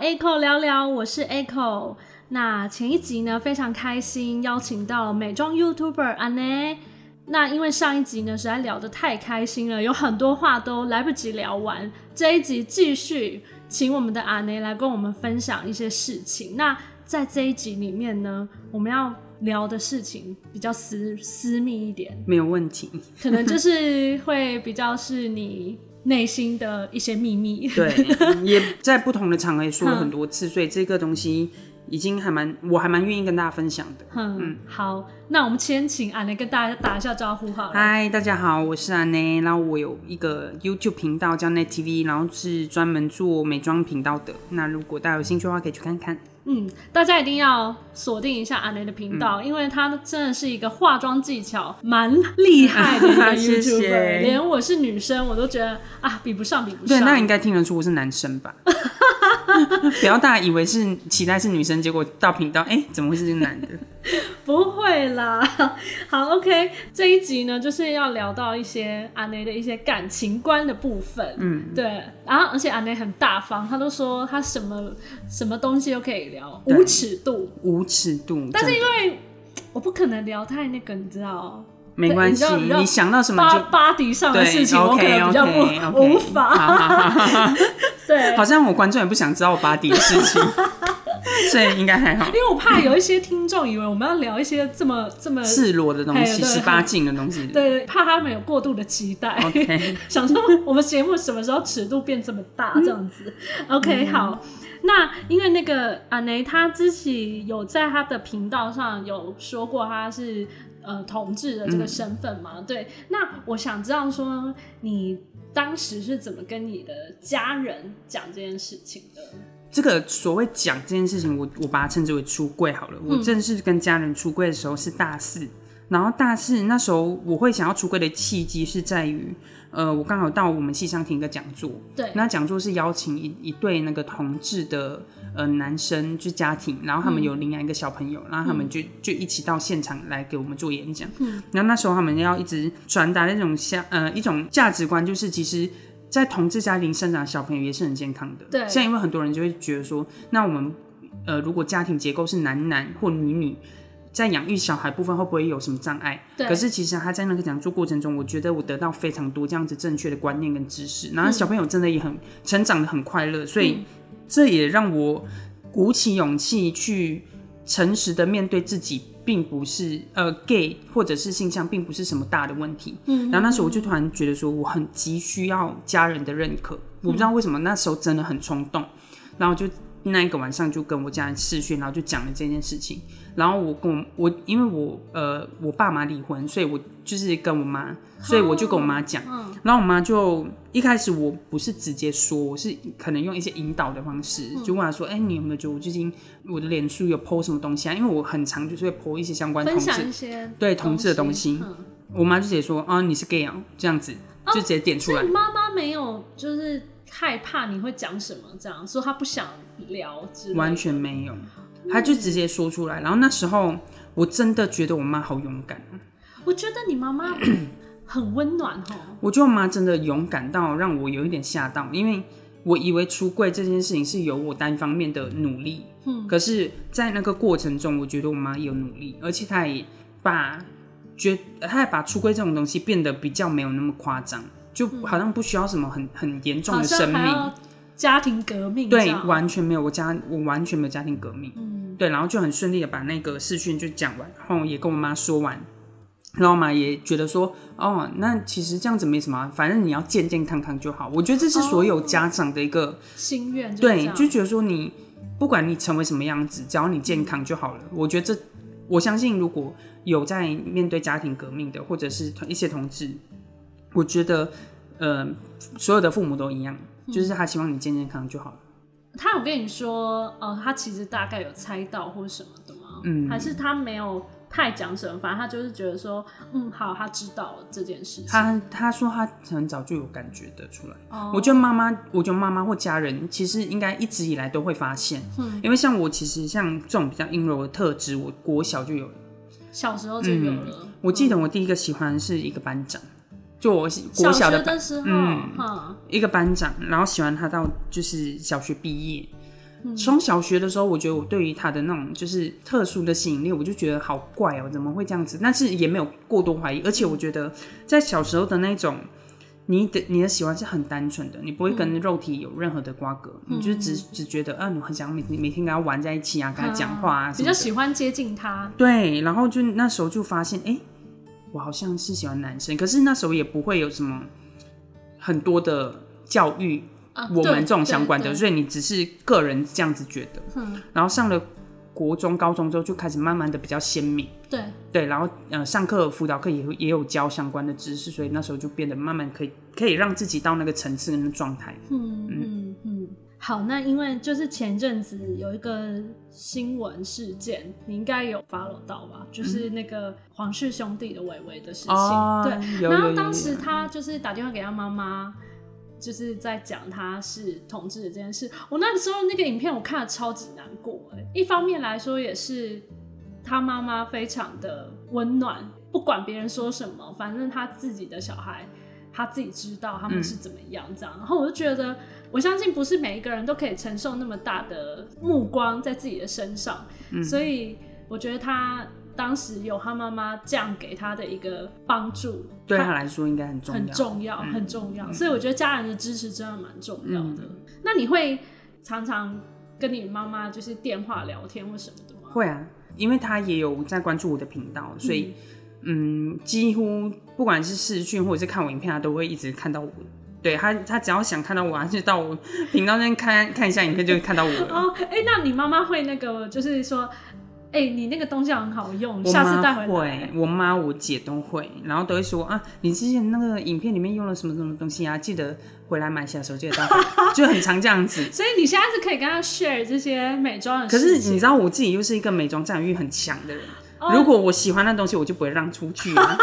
Echo 聊聊，我是 Echo。那前一集呢，非常开心邀请到了美妆 YouTuber 安奈。那因为上一集呢实在聊得太开心了，有很多话都来不及聊完。这一集继续请我们的阿内来跟我们分享一些事情。那在这一集里面呢，我们要聊的事情比较私私密一点，没有 问题。可能就是会比较是你内心的一些秘密。对，嗯也在不同的场合也嗯说了很多次，所以这个东西已经还蛮，我还蛮愿意跟大家分享的。嗯，好，那我们先请阿雷跟大家打一下招呼好了。嗨，大家好，我是安内，然后我有一个 YouTube 频道叫 Net TV，然后是专门做美妆频道的。那如果大家有兴趣的话，可以去看看。嗯，大家一定要锁定一下阿雷的频道，嗯因为他真的是一个化妆技巧蛮厉害的一个 YouTuber， 谢谢连我是女生我都觉得啊比不上，比不对，上。那应该听得出我是男生吧？ 不要大家以为是期待是女生，结果到频道，哎、怎么会是个男的？不会啦。 好，OK，这一集呢就是要聊到一些阿内的一些感情观的部分。嗯，对。然后，而且阿内很大方，他都说他什么什么东西都可以聊，对无尺度。无尺度，但是真因的为我不可能聊太那个，你知道，没关你知系道你知，道你想到什么巴就巴迪上的对事情，我可 OK 能比较不 OK 无 OK，法。好好好好好对， 好像我观众也不想知道我巴迪的事 情，所以应该还好因。为我怕有一些听众以为我们要聊一些这么这么，赤裸的东哎西，对十八禁的东西。对对，怕他们有过度的期待。 ，OK， 想说我们节目什么时候尺度变这么大嗯这样子、o k 好，那因为那个阿雷他自己有在他的频道上有说过他是呃同志的这个身份嘛、嗯对，那我想知道说你当时是怎么跟你的家人讲这件事情的？这个所谓讲这件事情，我我把它称之为出柜好了。嗯我正式跟家人出柜的时候是大四，然后大四那时候我会想要出柜的契机是在于，呃，我刚好到我们系上听一个讲座，对，那讲座是邀请一一对那个同志的呃男生就家庭，然后他们有嗯领养一个小朋友，然后他们就就一起到现场来给我们做演讲。嗯，然后那时候他们要一直传达那种像呃一种价值观，就是其实。在同志家庭生长的小朋友也是很健康的。对现在因为很多人就会觉得说，那我们呃，如果家庭结构是男男或女女，在养育小孩部分会不会有什么障碍？对可是其实他在那个讲座过程中，我觉得我得到非常多这样子正确的观念跟知识，然后嗯小朋友真的也很成长的很快乐，所以这也让我鼓起勇气去诚实的面对自己，并不是呃 gay 或者是性向，并不是什么大的问题。嗯然后那时候我就突然觉得说，我很急需要家人的认嗯可，我不知道为什么那时候真的很冲动，然后就那一个晚上就跟我家人视讯，然后就讲了这件事情。然后我跟我我因为我呃我爸妈离婚，所以我就是跟我妈，所以我就跟我妈讲，嗯然后我妈就一开始我不是直接说，我是可能用一些引导的方式，嗯就问她说：“哎、你有没有觉得我最近我的脸书有 po 什么东西啊？因为我很常就是会 po 一些相关同分志享一些对同志的东西。嗯我妈就直接说：“啊，你是 gay 啊、这样子哦就直接点出来。那嗯妈妈没有就是害怕你会讲什么，这样说她不想聊之类的，完全没有，她就直接说出来。然后那时候我真的觉得我妈好勇敢，我觉得你妈 妈很温暖哦。我觉得我妈真的勇敢到让我有一点吓到，因为我以为出柜这件事情是由我单方面的努力，嗯，可是，在那个过程中，我觉得我妈有努力，而且她也把觉，她也把出柜这种东西变得比较没有那么夸张，就好像不需要什么很很严重嗯好的像生还命，要家庭革命这对，样，完全没有，我家我完全没有家庭革命。嗯，对，然后就很顺利的把那个视讯就讲完，然后也跟我妈说完，然后我妈也觉得说，哦，那其实这样子没什么啊，反正你要健健康康就好。我觉得这是所有家长的一个、心愿就是嗯这对，样就觉得说你不管你成为什么样子，只要你健康就好了。我觉得这，我相信如果有在面对家庭革命的，或者是同一些同志，我觉得呃，所有的父母都一样，就是他希望你健健康康就好了。他有跟你说，呃，他其实大概有猜到或什么的吗？嗯还是他没有太讲什么，反正他就是觉得说，嗯，好，他知道了这件事情。他他说他很早就有感觉得出来。哦我觉得妈妈，我觉得妈妈或家人其实应该一直以来都会发现，嗯因为像我其实像这种比较阴柔的特质，我国小就有了。小时候就有了，我记得我第一个喜欢的是一个班长，就我喜国小小学的班的时候，嗯哈、一个班长，然后喜欢他到就是小学毕业。从小学的时候，我觉得我对于他的那种就是特殊的吸引力，我就觉得好怪哦、怎么会这样子？但是也没有过多怀疑，而且我觉得在小时候的那种，你的你的喜欢是很单纯的，你不会跟肉体有任何的瓜葛，你就只只觉得啊，你很想每每天跟他玩在一起啊，跟他讲话啊，什比么较的喜欢接近他，对，然后就那时候就发现，哎、我好像是喜欢男生，可是那时候也不会有什么很多的教育啊我对们这种相关的，对对嗯所以你只是个人这样子觉得。然后上了国中、高中之后，就开始慢慢的比较鲜明。对，对，然后呃，上课辅导课也会也有教相关的知识，所以那时候就变得慢慢可以可以让自己到那个层次跟状态。嗯嗯嗯。好，那因为就是前阵子有一个新闻事件，你应该有 follow 到吧？就是那个皇室兄弟的伟伟的事情，哦对。，有有然有后有当时他就是打电话给他妈妈，就是在讲他是同志的这件事。我那个时候那个影片我看了超级难过、欸，一方面来说也是他妈妈非常的温暖，不管别人说什么，反正他自己的小孩。他自己知道他嗯们是怎么样这样，然后我就觉得，我相信不是每一个人都可以承受那么大的目光在自己的身上，嗯所以我觉得他当时有他妈妈这样给他的一个帮助，对他来说应该很重要，嗯很重要，很重要。所以我觉得家人的支持真的蛮重要的。嗯那你会常常跟你妈妈就是电话聊天或什么的吗？会啊，因为他也有在关注我的频道，所以嗯几乎不管是视讯或者是看我影片，他都会一直看到我。对他，他只要想看到我，他就到我频道那边看看一下影片，就会看到我了。 哦，哎、那你妈妈会那个就是说，哎、你那个东西很好用，我下次带妈回会来。，我妈、我姐都会，然后都会说啊，你之前那个影片里面用了什么什么东西啊，记得回来买下手机的带回来，就很常这样子。所以你现在是可以跟她 share 这些美妆的可是事你情。知道，我自己又是一个美妆占有欲很强的人。哦如果我喜欢那东西，我就不会让出去、 啊。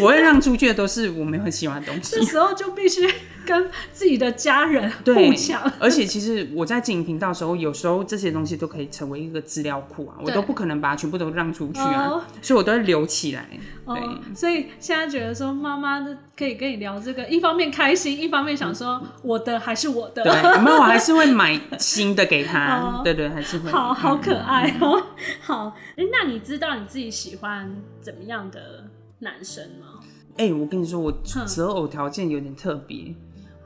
我会让出去的都是我没有很喜欢的东西这。时候就必须跟自己的家人对互相，而且其实我在经营频道的时候，有时候这些东西都可以成为一个资料库啊，我对都不可能把它全部都让出去啊，哦所以我都会留起来。哦，所以现在觉得说妈妈的可以跟你聊这个，一方面开心，一方面想说我的还是我的，嗯对，没有，我还是会买新的给他。哦对对，嗯还是会。好好可爱哦、好，诶那你知道你自己喜欢怎么样的男生吗？哎、我跟你说，我哼择偶条件有点特别，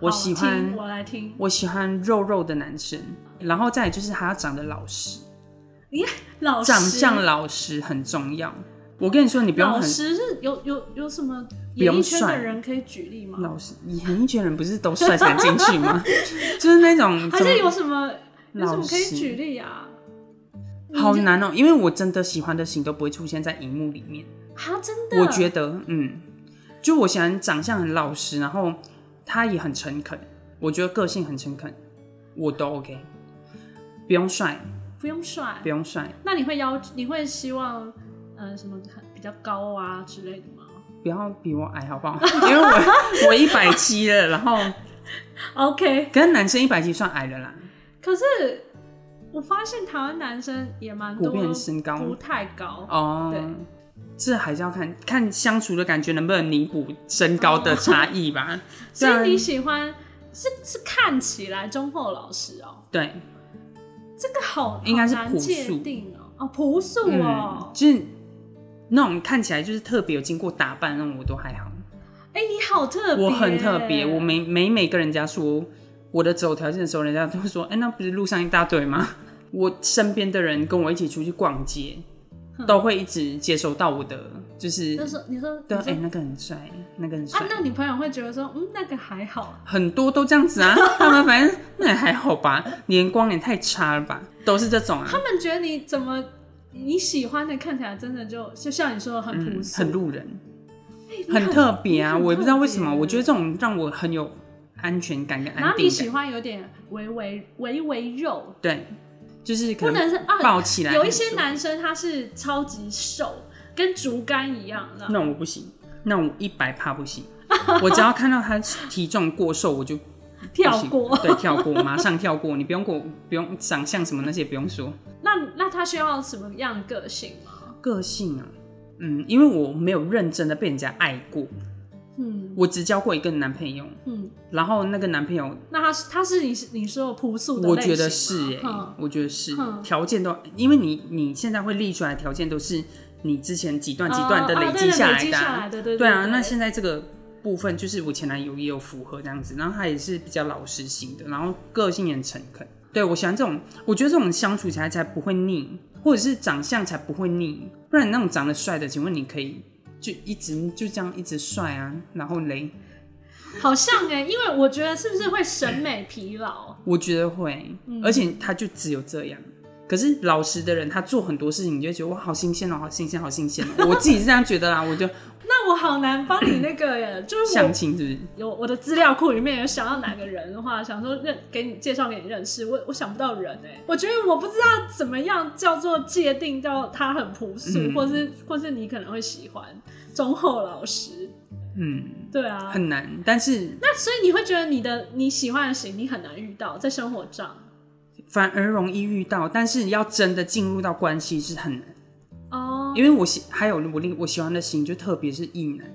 我嗯好喜欢听我来听，我喜欢肉肉的男生，然后再来就是他要长得老实，老师，长相老实很重要。我跟你说，你不用老很师是有有有什么不用演艺圈的帅人可以举例吗？老实，你演艺圈人不是都帅才进 去吗？就是那种还怎么是有什么有什么可老以师举例啊？好难哦、因为我真的喜欢的型都不会出现在荧幕里面。啊，真的，我觉得，嗯，就我喜欢长相很老实，然后他也很诚恳，我觉得个性很诚恳，我都 OK。不用帅，不用帅不，用帅，那你会要你会希望呃什么比较高啊之类的吗不要比我矮好不好？ 因为我我一百七了，然后？OK，跟男生一百七算矮了啦，可是我发现台湾男生也蛮普多遍身高不太高，哦。对这还是要看看相处的感觉能不能弥补身高的差 异吧。所对啊以你喜欢是是看起来忠厚老实哦，对，这个好应该是好难朴素界定哦，哦朴素嗯哦，，就是那种看起来就是特别有经过打扮那种，我都还好。哎、你好特别，我很特别，我每每每跟人家说我的走条件的时候，人家都会说：“哎、那不是路上一大堆吗？”我身边的人跟我一起出去逛街，都会一直接收到我的，就是那时候你说对，哎、你说那个很帅，那个很帅啊，，那你朋友会觉得说嗯那个还好，很多都这样子 啊。他们反正那也还好吧，眼光也太差了吧，都是这种啊，他们觉得你怎么？你喜欢的看起来真的就就像你说的很朴嗯，素，很路人，哎你很特别啊。你很我也不知道为特什么，别我觉得这种让我很有安全感跟然安后你定喜感。欢有点微微微微肉，对，就是可不能是啊，抱起来有一很些舒男生他是超级瘦，跟竹竿一样的。那我不行，那我一百趴不行。 我只要看到他体重过瘦，我就跳不行过，对，跳过，马上跳过。你不用过，不用长相什么那些不用说，那那他需要什么样的个性吗？个性啊，嗯，因为我没有认真的被人家爱过，嗯我只交过一个男朋友，嗯，然后那个男朋友那他是他是你你说的朴素的我类觉得型是哎、吗我觉得是嗯条件都，因为你你现在会列出来的条件都是你之前几段嗯几段的哦哦累对积对下累来积的、下来的，对对啊，对那现在这个部分就是我前男友也有符合这样子，然后他也是比较老实型的，然后个性也很诚恳。对我喜欢这种，我觉得这种相处起来才不会腻，或者是长相才不会腻，不然那种长得帅的，请问你可以就一直就这样一直帅啊，然后嘞，好像哎、因为我觉得是不是会审美疲劳？我觉得会，嗯而且他就只有这样。可是老实的人，他做很多事情，你就会觉得哇，好新鲜哦，好新鲜，好新鲜哦。我自己是这样觉得啦，我就那我好难帮你那个耶，就是我相亲是不是？有我的资料库里面有想到哪个人的话，想说认给你介绍给你认识，我我想不到人哎、我觉得我不知道怎么样叫做界定到他很朴素，嗯或是或是你可能会喜欢忠厚老实，嗯，对啊，很难。但是那所以你会觉得你的你喜欢的型你很难遇到在生活上反而容易遇到，但是要真的进入到关系是很难，哦，因为我喜还有我另我喜欢的型就特别是异男、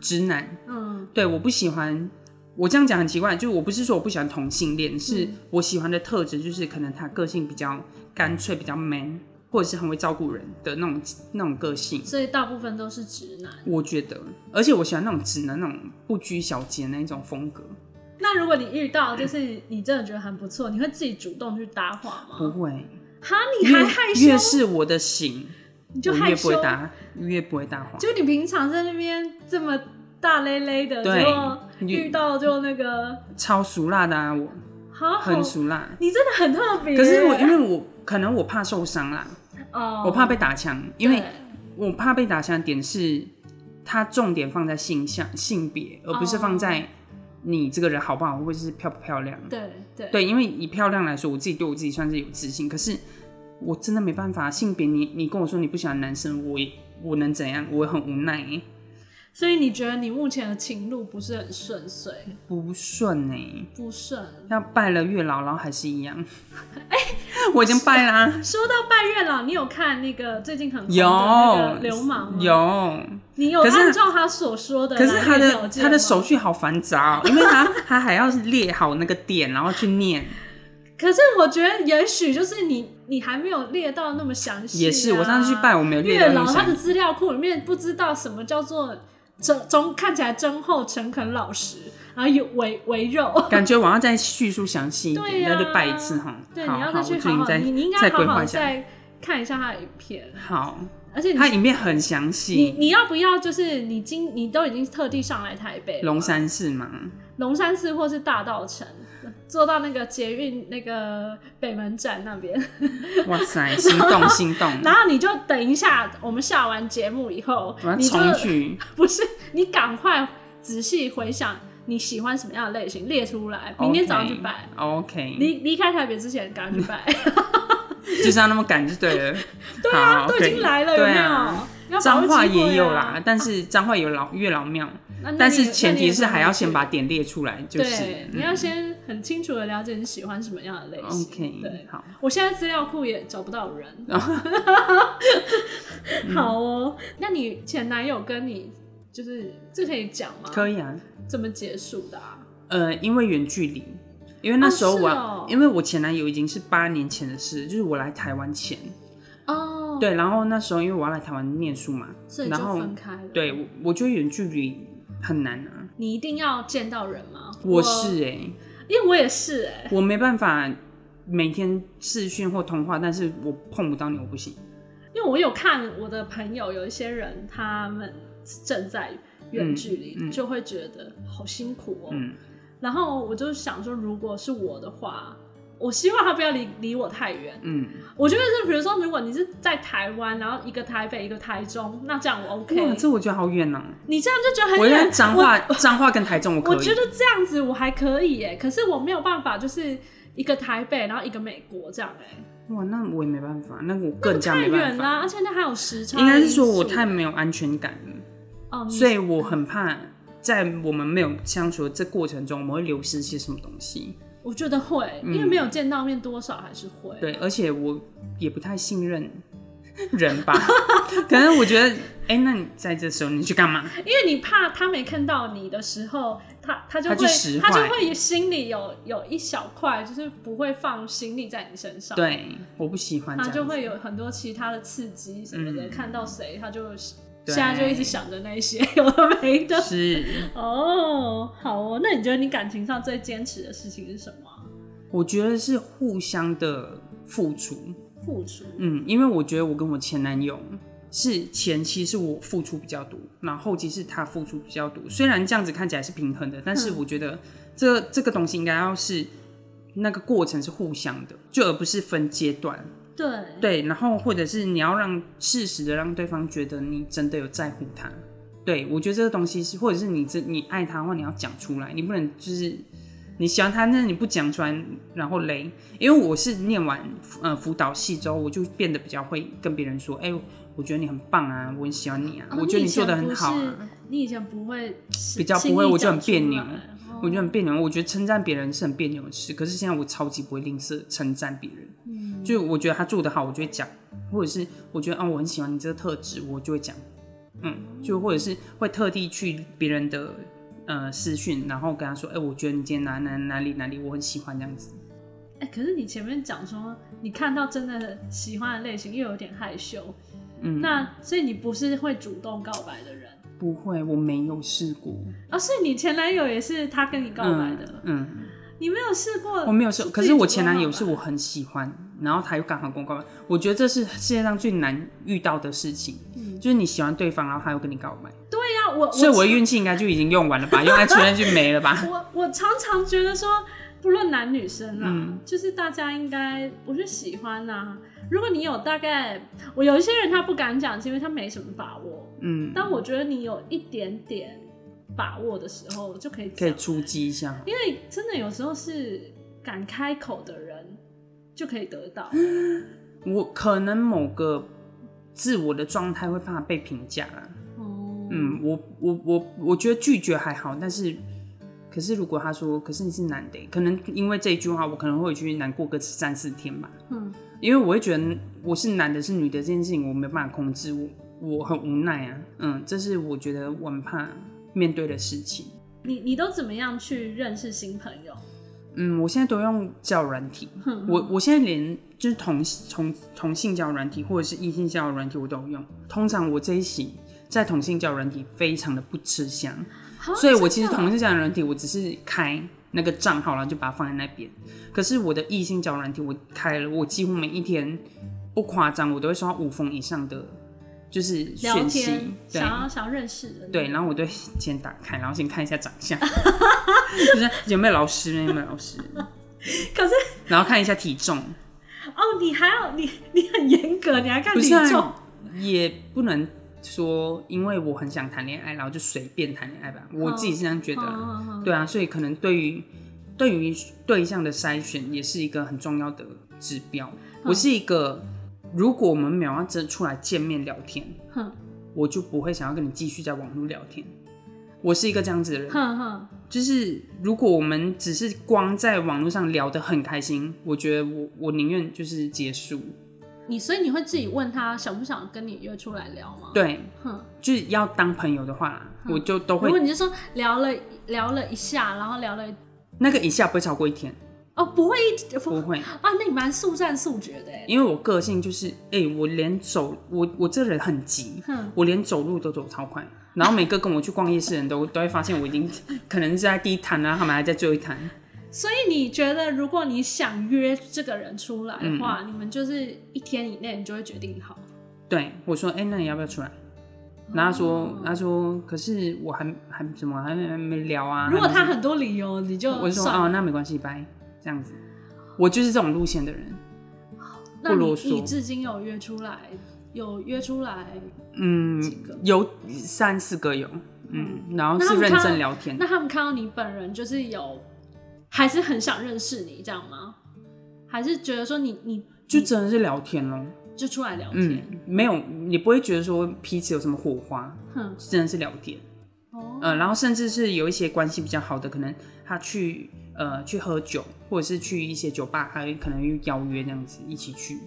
直男，嗯对我不喜欢。我这样讲很奇怪，就是我不是说我不喜欢同性嗯恋，是我喜欢的特质就是可能他个性比较干脆、比较 man，或者是很会照顾人的那种那种个性。所以大部分都是直男。我觉得，而且我喜欢那种直男、那种不拘小节那一种风格。那如果你遇到就是你真的觉得很不错，你会自己主动去搭话不吗？会，哈，你还越害羞，越是我的型，你就我害越不羞会，搭，越不会搭话。就你平常在那边这么大咧咧的，对结果你遇到就那个超熟辣的啊，我好好很，熟辣。你真的很特别。可是我因为我可能我怕受伤啦，哦，我怕被打枪，因为对我怕被打枪的点是，它重点放在性向、性别，而不是放哦在你这个人好不好，或者是漂不漂亮。对对对，因为以漂亮来说，我自己对我自己算是有自信，可是我真的没办法，性别你你跟我说你不喜欢男生，我也我能怎样？我很无奈、所以你觉得你目前的情路不是很顺遂，不顺哎、不顺。要拜了月老，然后还是一 样。哎 我已经拜啦、说到拜月老，你有看那个最近很红的有那个流氓吗？，有，你有可是按照他所说的来可是他列的条件他的吗手续好繁杂、哦，因 为他他还要列好那个点，然后去念。可是啊我觉得，也许就是你，你还没有列到那么详细、啊。也是，我上次去拜，我没有列月到那老么他详的资料库里面不知道什么叫做忠忠，看起来忠厚、诚恳、老实，然后有围围 肉。 感觉我要再叙述详细一对点，呀那就拜一次哈。对，好你要好再去我最好近好，再你你应该再好规划好一下。再看一下他的影片， 好，而且它你里面很详你细，你要不要就是你今你都已经特地上来台北了龙嘛山寺嘛，龙山寺或是大道城，坐到那个捷运那个北门站那边。 哇塞，心 动心动，然后你就等一下，我们下完节目以后我要，你就重去。不是你赶快仔细回想你喜欢什么样的类型，列出来，明天早上去拜。 OK，离离开台北之前，赶快去 嗯拜。就是要那么赶就对了。 对啊，好都已可以经来了，有对没啊有？要把握彰机会化啊也有啦，，但是彰化有老月老庙，那那但你是也前那你提也是还要先把赶点列出来，就快是嗯对，你要先很清楚的了解你喜欢什么样的类型。对 OK，，好，我现在资料库也找不到人。啊 好哦，那你前男友跟你就是这可以讲吗？可以啊。怎么结束的啊？呃，因为远距离，因为那时候我，哦是哦因为我前男友已经是八年前的事，就是我来台湾前，哦，对，然后那时候因为我要来台湾念书嘛所以，就然后分开了。，对我我觉得远距离很难啊，你一定要见到人吗？我是哎、因为我也是哎、我没办法每天视讯或通话，但是我碰不到你我不行，因为我有看我的朋友有一些人，他们正在远距离，嗯嗯就会觉得好辛苦哦、嗯，然后我就想说，如果是我的话，我希望他不要离离我太远。嗯，我觉得是，比如说，如果你是在台湾，然后一个台北，一个台中，那这样我 OK。哇，这我觉得好远啊。你这样就觉得我很在远。彰化，彰化跟台中我可我以，觉得这样子我还可以耶，可是我没有办法，就是一个台北，然后一个美国这样哎，哇，那我也没办法，那我更加太没办远法。啦，而且那还有时差因应素。该是说我太没有安全感了，哦，你所以我很怕在我们没有相处的这过程中，我们会流失些什么东西。我觉得会，因嗯为没有见到面，多少还是会。 对，而且我也不太信任人吧，可能我觉得哎、那你在这时候你去干嘛？因为你怕他没看到你的时候，他他就他会就使他坏就会心里有有一小块，就是不会放心力在你身上，，对，我不喜欢这他样就子嗯会有很多其他的刺激什么的，看到谁他就对现在就一直想着那一些有的没的。是，哦，好哦，那你觉得你感情上最坚持的事情是什么啊？我觉得是互相的付出。付出，嗯，因为我觉得我跟我前男友是前期是我付出比较多，然后后期是他付出比较多。虽然这样子看起来是平衡的，但是我觉得这这个东西应该要是那个过程是互相的，就而不是分阶段。对，对，然后或者是你要让适时的让对方觉得你真的有在乎他。对，我觉得这个东西是，或者是你这你爱他的话，你要讲出来，你不能就是你喜欢他，但是你不讲出来，然后嘞，因为我是念完呃辅导系之后，我就变得比较会跟别人说，哎、我觉得你很棒啊，我很喜欢你啊，哦我觉得你做的很好、你以啊前。不是你以前不会是比较不会轻易我就很讲出来别扭哦我觉得很别扭，我觉得称赞别人是很别扭的事，可是现在我超级不会吝啬称赞别人。嗯，就我觉得他做的好，我就会讲，或者是我觉得啊、我很喜欢你这个特质，我就会讲。嗯，就或者是会特地去别人的呃私讯，然后跟他说，哎、我觉得你今天哪哪哪里哪里我很喜欢这样子。哎、可是你前面讲说你看到真的喜欢的类型又有点害羞，嗯，那所以你不是会主动告白的人不会，我没有试过啊、所以你前男友也是他跟你告白的，嗯。嗯你没有试过？我没有说，可是我前男友是我，我很喜欢，然后他又刚好跟我告白，我觉得这是世界上最难遇到的事情，就是你喜欢对方，然后他又跟你告白，对呀、我 所以我的我运气应该就已经用完了吧，用来确认就没了 吧。我我常常觉得说，不论男女生啦，嗯就是大家应该，我是喜欢呐、如果你有大概，我有一些人他不敢讲，是因为他没什么把握。嗯，当我觉得你有一点点把握的时候，就可以可以讲。出击一下，因为真的有时候是敢开口的人就可以得到。我可能某个自我的状态会怕被评价啦。哦，嗯，我我我我觉得拒绝还好，但是。可是如果他说，可是你是男的欸，可能因为这一句话，我可能会去难过个三四天吧。嗯，因为我会觉得我是男的是女的这件事情，我没办法控制，我我很无奈啊。嗯，这是我觉得我很怕面对的事情。你你都怎么样去认识新朋友？嗯，我现在都用交友软体，我我现在连就是同同同性交友软体或者是异性交友软体我都有用。通常我这一型在同性交友软体非常的不吃香，啊所以我其实真的同性交友软体我只是开那个账号，然后就把它放在那边。可是我的异性交友软体我开了，我几乎每一天不夸张，我都会收到五封以上的就是聊讯息天，，对想要想要认识的人，对，然后我都会先打开，然后先看一下长相， 就是有没有老师，有没有老师。可是然后看一下体重，哦，你还要你你很严格，你还看不体是、重啊，、也不能说因为我很想谈恋爱，然后就随便谈恋爱吧。我自己是这样觉得啦，嗯对啊，所以可能对于对于对象的筛选也是一个很重要的指标。我是一个，如果我们没有要真出来见面聊天，嗯哼我就不会想要跟你继续在网络聊天。我是一个这样子的人，哼哼，就是如果我们只是光在网络上聊得很开心，我觉得我我宁愿就是结束。你所以你会自己问他想不想跟你约出来聊吗？，对，哼，就是要当朋友的话啦，嗯我就都如果会你就说聊了聊了一下，然后聊了一那个一下不会超过一天，哦，不会一不不会，啊，那你蛮速战速决的欸，因为我个性就是，哎、我连走我我这人很急，哼我连走路都走超快，然后每个跟我去逛夜市的人都 都会发现我 已经可能是在第一摊啊，他们还在最后一摊，所以你觉得，如果你想约这个人出来的嗯话，你们就是一天以内你就会决定好。对我说，哎、那你要不要出来？哦然后他说，他说，可是我还还什么还没还没聊啊，如果还没他很多理由，你就我就说算哦，那没关系，拜，这样子，我就是这种路线的人，那不你啰嗦你至今有约出来，有约出来嗯几个，有三四个有，嗯，然后哦那他是们认看到真聊天那，他们看到你本人，就是有还是很想认识你，这样吗？还是觉得说你你就真的是聊天咯。就出来聊天？嗯，没有，你不会觉得说彼此有什么火花，哼，真的是聊天。哦，呃，然后甚至是有一些关系比较好的，可能他去呃去喝酒，或者是去一些酒吧，还可能邀约这样子一起去。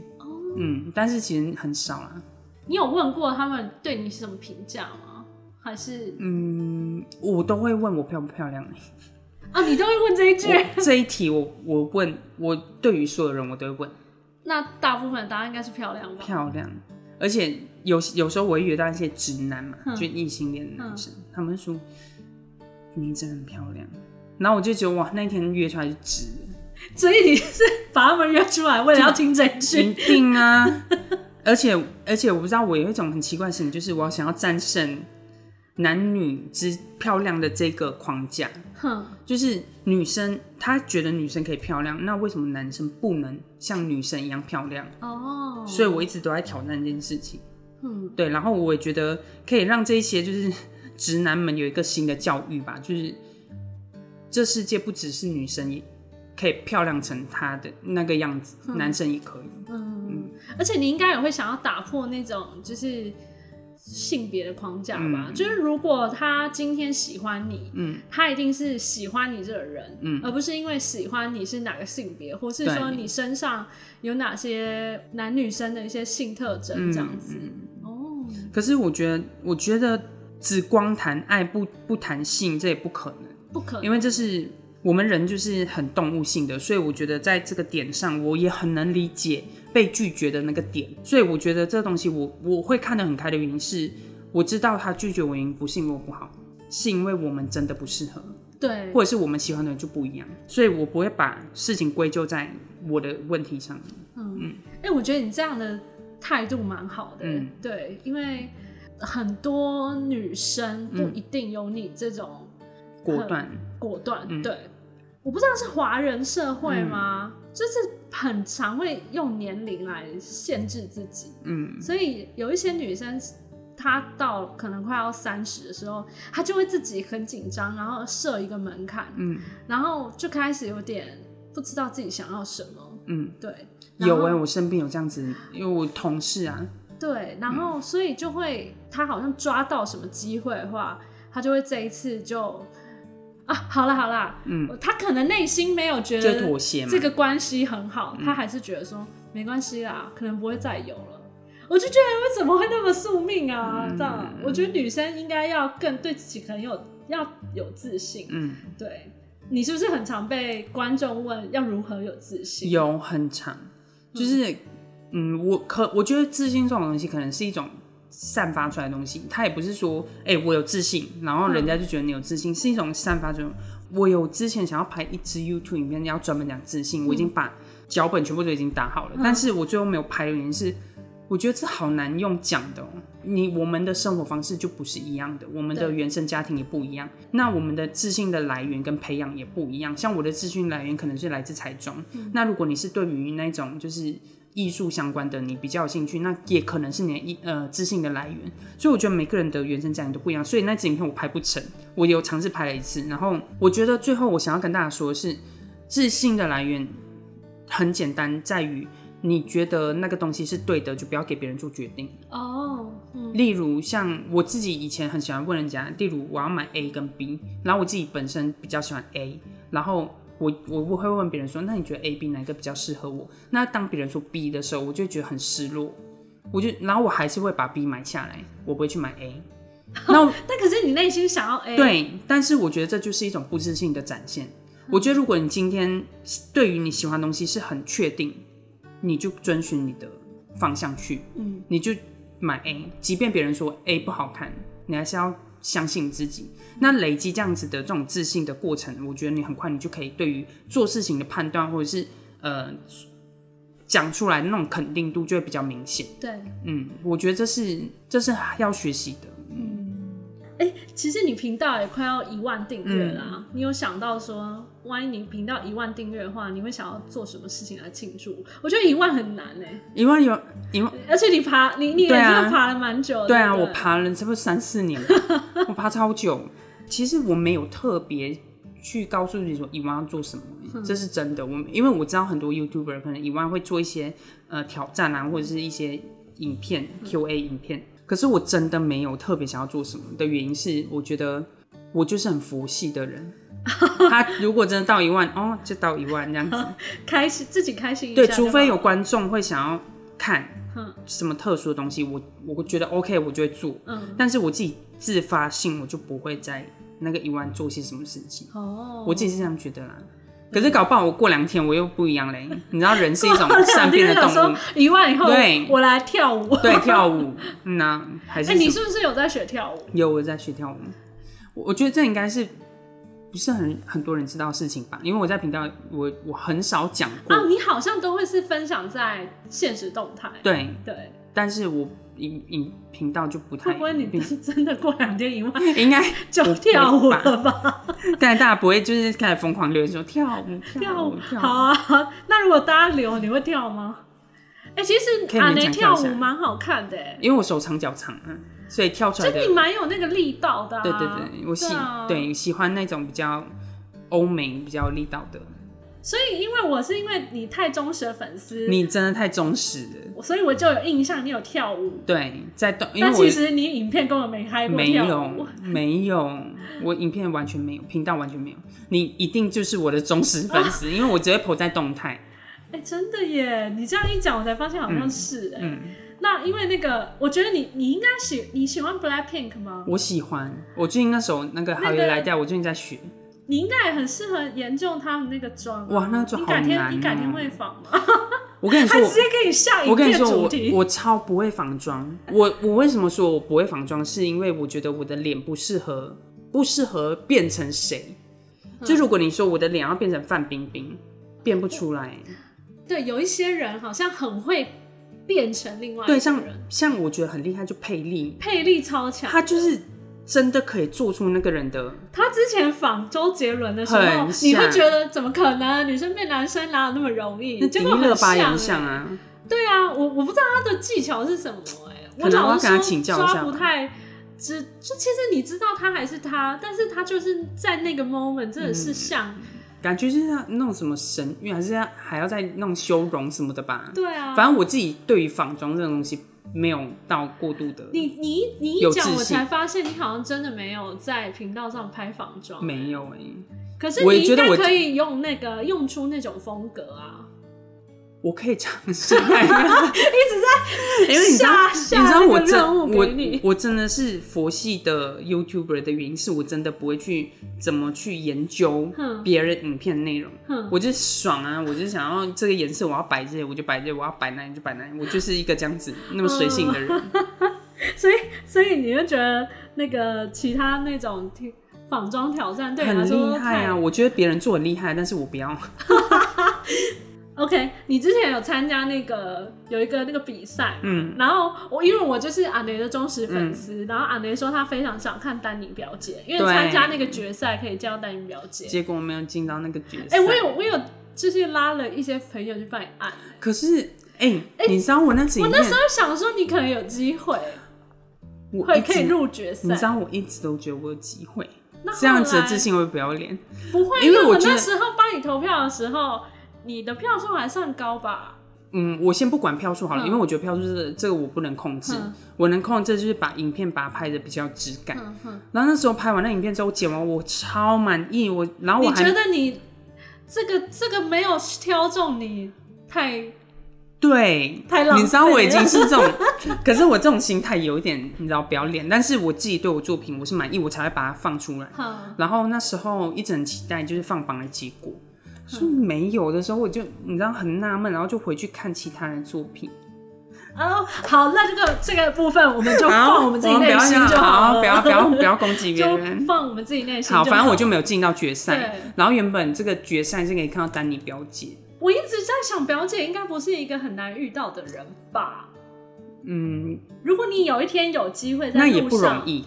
嗯，但是其实很少啦。你有问过他们对你是什么评价吗？还是嗯，我都会问我漂不漂亮、欸。啊，你都会问这一句？我这一题我我问，我对于所有人我都会问那大部分的答案应该是漂亮吧？漂亮，而且有有时候我会遇到一些直男嘛，就异性恋的男生，他们说你真的很漂亮，然后我就觉得哇，那一天约出来就值了。所以你是把他们约出来，为了要听这一句？一定啊！而且而且我不知道，我有一种很奇怪的事情，就是我想要战胜男女之漂亮的这个框架，哼，就是女生她觉得女生可以漂亮，那为什么男生不能像女生一样漂亮？哦，所以我一直都在挑战这件事情。嗯，对，然后我也觉得可以让这些就是 直男们有一个新的教育吧，就是这世界不只是女生也可以漂亮成她的那个样子，男生也可以。嗯，而且你应该也会想要打破那种就是性别的框架吧？嗯就是如果他今天喜欢你，嗯，他一定是喜欢你这个人，嗯而不是因为喜欢你是哪个性别，或是说对你身上有哪些男女生的一些性特嗯征这样子。哦，可是我觉得，我觉得只光谈爱不不谈性，这也不可能，不可能，因为这是我们人就是很动物性的，所以我觉得在这个点上，我也很能理解被拒绝的那个点。所以我觉得这东西我，我会看得很开的原因是，我知道他拒绝我，原因不是因为我不好，是因为我们真的不适合，对，或者是我们喜欢的人就不一样，所以我不会把事情归咎在我的问题上。哎、我觉得你这样的态度蛮好的、嗯对，因为很多女生不嗯一定有你这种果断，果断、嗯对，我不知道是华人社会吗？就是很常会用年龄来限制自己，嗯，所以有一些女生。她到可能快要三十的时候，她就会自己很紧张，然后设一个门槛，嗯然后就开始有点不知道自己想要什么。嗯，对，然有后哎、我身边有这样子，因为我同事啊，对，然后所以就会他好像抓到什么机会的话，他就会这一次就啊，好啦好啦，嗯，他可能内心没有觉就妥得协嘛。嗯这个关系很好，他还是觉得说没关系啦，可能不会再有了。我就觉得为什么会那么宿命啊？嗯这样，我觉得女生应该要更对自己很有要有自信。嗯，对你是不是很常被观众问要如何有自信？有很长，就是嗯我可我觉得自信这种东西可能是一种散发出来的东西，它也不是说哎、我有自信，然后人家就觉得你有自信，是一种散发这种。我有之前想要拍一支 YouTube 影片，要专门讲自信，我已经把脚本全部都已经打好了，但是我最后没有拍的原因是。我觉得这好难用讲的哦。你我们的生活方式就不是一样的，我们的对原生家庭也不一样，那我们的自信的来源跟培养也不一样。像我的自信来源可能是来自台中，那如果你是对于那种就是艺术相关的你比较有兴趣，那也可能是你的艺呃自信的来源。所以我觉得每个人的原生家庭都不一样，所以那支影片我拍不成，我有尝试拍了一次，然后我觉得最后我想要跟大家说的是，自信的来源很简单，在于你觉得那个东西是对的，就不要给别人做决定。哦，嗯例如像我自己以前很喜欢问人家，例如我要买 A 跟 B，然后我自己本身比较喜欢 A，然后我我我会问别人说，那你觉得 A、B 哪一个比较适合我？那当别人说 B 的时候，我就会觉得很失落，我就然后我还是会把 B 买下来，我不会去买 A。那我但可是你内心想要哎 A，对，但是我觉得这就是一种不自信的展现。我觉得如果你今天对于你喜欢的东西是很确定，你就遵循你的方向去，嗯，你就买 A，即便别人说 A 不好看，你还是要相信自己。那累积这样子的这种自信的过程，我觉得你很快你就可以对于做事情的判断或者是呃讲出来的那种肯定度就会比较明显。对。嗯，我觉得这是这是要学习的。其实你频道也快要一万订阅啦，嗯你有想到说，万一你频道一万订阅的话，你会想要做什么事情来庆祝？我觉得一万很难哎、一万有一万。而且你爬，你你也嗯对啊是爬了蛮久的。对啊，不我爬了差不多三四年吧，我爬超久。其实我没有特别去告诉你说以万要做什么，这是真的。我因为我知道很多 YouTuber 可能以万会做一些呃挑战啊，或者是一些影片 Q&A 影片。可是我真的没有特别想要做什么的原因是，我觉得我就是很佛系的人。 他如果真的到一万，哦，就到一万这样子。开心自己开心一下对，就好除非有观众会想要看，嗯什么特殊的东西，我我觉得 OK，我就会做。嗯，但是我自己自发性，我就不会在那个以外做些什么事情。哦，嗯我自己是这样觉得啦。可是搞不好我过两天我又不一样嘞，你知道人是一 种善变的动物，，一万以后，对我来跳舞。对，跳舞，嗯呐、 还是哎，你什么是不是有在学跳舞？有我在学跳舞，我我觉得这应该是不是很很多人知道的事情吧？因为我在频道我我很少讲过，啊，你好像都会是分享在现实动态。对，对，但是我影影频道就不太会不会你 真的过两天一万应该就不跳舞吧了吧？但大家不会就是开始疯狂留言说跳舞跳舞舞跳舞，好啊，那如果大家留，你会跳吗？哎、其可实以阿勉雷强跳跳一舞下蛮好看的、欸，因为我手长脚长啊，所以跳出来就的你蛮有那个力道的、啊。对对对，我喜对啊对喜欢那种比较欧美比较有力道的。所以因为我是因为你太忠实的粉丝，你真的太忠实了，所以我就有印象你有跳舞，对，在动，因为但其我实你影片根本没嗨过没跳有舞。没有，我影片完全没有，频道完全没有。你一定就是我的忠实啊粉丝，因为我直接 po 在动态。哎、真的耶！你这样一讲，我才发现好像是哎、嗯，那因为那个，我觉得你你应该喜你喜欢 Black Pink 吗？我喜欢。我最近那首那个《好那也个来掉》，我最近在学。你应该也很适合研究他们那个妆。啊哇那个妆你改天、好难哦你改天会仿吗？我跟你他说，直接我给你下一我跟你片说，哎主我题。我超不会仿妆。我我为什么说我不会仿妆？是因为我觉得我的脸不适合，不适合变成谁。嗯就如果你说我的脸要变成范冰冰，变不出来。嗯对，有一些人好像很会变成另外一对，个像人，像我觉得很厉害，就佩丽，配力超强。她就是真的可以做出那个人的。他之前仿周杰伦的时候很，像你会觉得怎么可能？女生变男生哪有那么容易？那迪结丽果很热巴也像欸很。像啊，对啊，我我不知道他的技巧是什么哎，可能我老要是跟说他请教一抓下不吧太。知，就其实你知道他还是他，但是他就是在那个 moment 真的是嗯像，感觉就是要弄什么神韵，还是要还要再弄修容什么的吧。对啊，嗯反正我自己对于仿妆这种东西没有到过度的，你你一你一有讲，自我信才发现你好像真的没有在频道上拍仿妆，没有哎、可是我你也应觉得该我可以用那个用出那种风格啊！ 我可以尝试看看，一直在，因为你知道，下下你知道我那个任务真我给你我真的是佛系的 YouTuber 的原因，是我真的不会去怎么去研究哼别人影片内容，哼，我就爽啊，我就想要这个颜色，我要摆这个我就摆这个，我要摆哪里就摆哪里，我就是一个这样子那么随性的人。嗯所以你就觉得那个其他那种挺仿妆挑战 对你来很说厉害太啊！我觉得别人做很厉害，但是我不要。 OK，你之前有参加那个有一个那个比赛，嗯，然后我因为我就是阿雷的忠实粉丝，然后阿雷说他非常想看丹妮表姐，因为对参加那个决赛可以叫丹妮表姐。结果没有进到那个决赛。哎、我有我有就是拉了一些朋友去帮你按，可是哎、你知道我那次我影那片，时候想说你可能有机会我会一直可以入决你知赛，道我一直都觉得我有机会，那后这样子的来自信会不会不要脸。不会，因为我我觉那得时候帮你投票的时候，你的票数还算高吧？嗯，我先不管票数好了，嗯因为我觉得票数是这个我不能控制，嗯我能控制就是把影片把它拍的比较有质感。嗯哼，然后那时候拍完那影片之后，我剪完我超满意，我然后我你觉还得你这个这个没有挑中你太对，太浪费了你知道我已经是这种，可是我这种心态有一点你知道不要脸，但是我自己对我作品我是满意，我才会把它放出来。哼然后那时候一直很期待就是放榜的结果，嗯说没有的时候我就你知道很纳闷，然后就回去看其他人的作品，哦，好，那这个这个部分我们就然放后我们自己不内要心想就好了，不要不要不要攻击别人就。放我们自己内心就好，反正我好就没有进到决赛对。然后原本这个决赛是可以看到丹尼表姐，我一直在想，表姐应该不是一个很难遇到的人吧？嗯，如果你有一天有机会在那路上，也不容，易。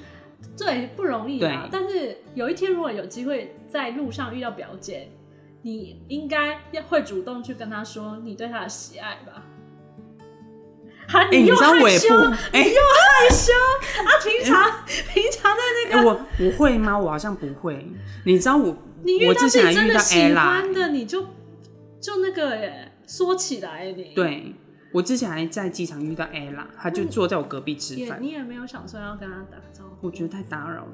对，不容易啊对。但是有一天如果有机会在路上遇到表姐，你应该要会主动去跟她说你对她的喜爱吧。喊、哎、你又知道我害也羞啊不，哎、害羞啊！平常、 平常在那哎、我我会吗？我好像不会。你知道我你遇我到之自前还己真遇的到喜 ella，欢的，你就就那个耶，说起来你，对我之前还在机场遇到 ella，她就坐在我隔壁吃嗯也饭，你也没有想说要跟他打招呼我觉得太打扰了。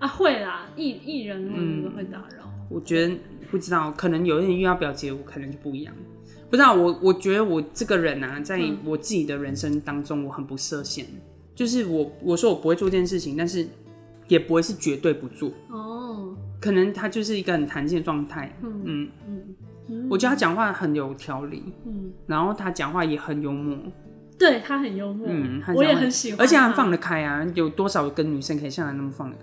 啊？会啦，艺艺嗯人会会打扰。我觉得不知道，可能有一点遇到表姐，我可能就不一样。不知道我，我觉得我这个人啊，在嗯我自己的人生当中，我很不设限。就是我我说我不会做这件事情，但是也不会是绝对不做。哦，可能他就是一个很弹性的状态。嗯嗯，我觉得他讲话很有条理，嗯，然后他讲话也很幽默，对他很幽默，嗯，他我也讲话很喜欢，而且他放得开啊。有多少个女生可以像他那么放得开？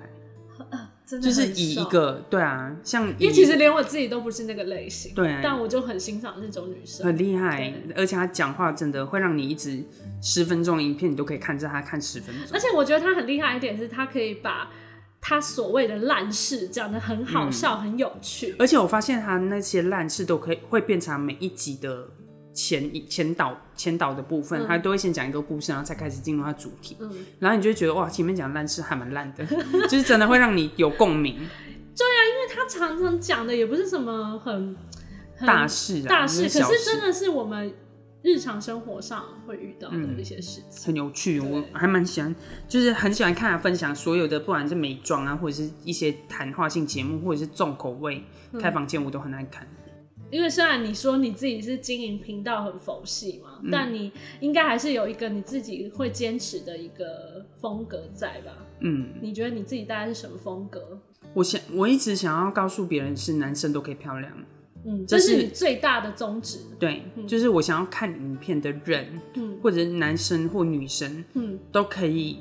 真的就是很以少一个对啊，像因为以其实连我自己都不是那个类型，对啊但我就很欣赏这种女生。很厉害，而且他讲话真的会让你一直十分钟影片，你都可以看着他看十分钟。而且我觉得她很厉害一点是，她可以把她所谓的烂事讲得很好嗯笑、很有趣。而且我发现他那些烂事都可以会变成每一集的前一前导前导的部分，他都会先讲一个故事，然后才开始进入他主题。嗯然后你就会觉得哇，前面讲烂事还蛮烂的， 就是真的会让你有共鸣。她常常讲的也不是什么很 很大事啊，大事，就可小是真的是我们日常生活上会遇到的嗯一些事情。很有趣，我对还蛮喜欢，就是很喜欢看他分享所有的，不管是美妆啊，或者是一些谈话性节目，或者是重口味嗯开房间，我都很爱看。因为虽然你说你自己是经营频道很佛系嘛，嗯但你应该还是有一个你自己会坚持的一个风格在吧？嗯，你觉得你自己大概是什么风格？我想我一直想要告诉别人是男生都可以漂亮，嗯，这这是是你最大的宗旨。对，就是我想要看影片的人，嗯或者是男生或女生嗯都可以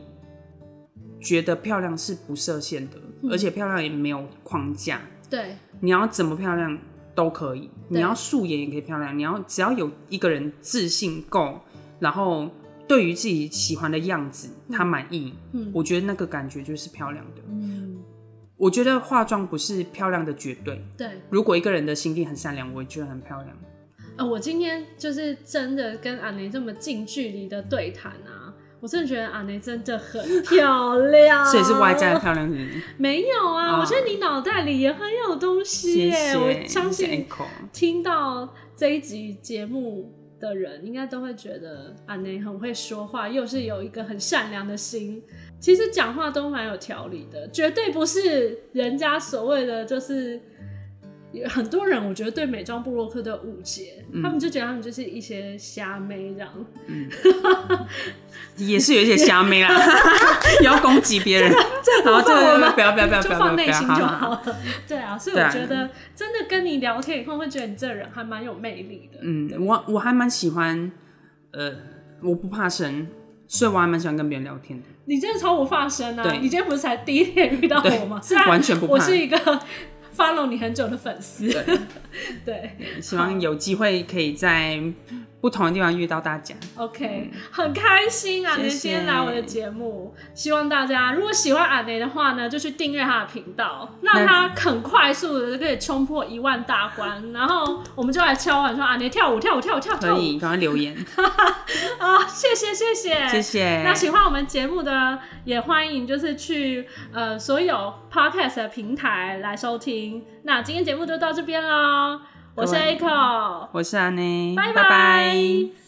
觉得漂亮是不设限的，嗯而且漂亮也没有框架，对，你要怎么漂亮都可以，对你要素颜也可以漂亮，你要只要有一个人自信够，然后对于自己喜欢的样子他满意，嗯我觉得那个感觉就是漂亮的。嗯，我觉得化妆不是漂亮的绝对，对。如果一个人的心地很善良，我也觉得很漂亮。呃，我今天就是真的跟阿雷这么近距离的对谈啊，我真的觉得阿雷真的 很漂亮，所以是外在的漂亮是不是？没有啊，哦我觉得你脑袋里也很有东西谢耶。谢，我相谢谢信 Echo 听到这一集节目的人，应该都会觉得阿内很会说话，又是有一个很善良的心。其实讲话都蛮有条理的，绝对不是人家所谓的就是。 有很多人我觉得对美妆部落客的误解，嗯他们就觉得他们就是一些虾妹这样，也是有一些虾妹 啦，也要攻击别人。然后这放我个们不要不要不要不就要放不内要心不就要好了。对啊，所以对我啊觉得真的跟你聊天以后，会觉得你这人还蛮有魅力的。嗯，我我还蛮喜欢，呃，我不怕生，所以我还蛮喜欢跟别人聊天的。你真的超无发生啊！对你今天不是才第一天遇到对我吗？ 是虽然完全不怕我是一个 follow 你很久的粉丝。 对希望有机会可以在不同的地方遇到大家。 ，OK，很开心啊！谢谢你今天来我的节目，希望大家如果喜欢阿雷的话呢，就去订阅他的频道，让他很快速的就可以冲破一万大关，然后我们就来敲碗说阿雷跳舞跳舞跳舞跳舞可跳舞以，赶快留 言，啊、谢谢谢谢谢谢。哎那喜欢我们节目的，也欢迎就是去呃所有 podcast 的平台来收听。那今天节目就到这边喽，我是各位 Echo，我是安妮，拜拜拜。拜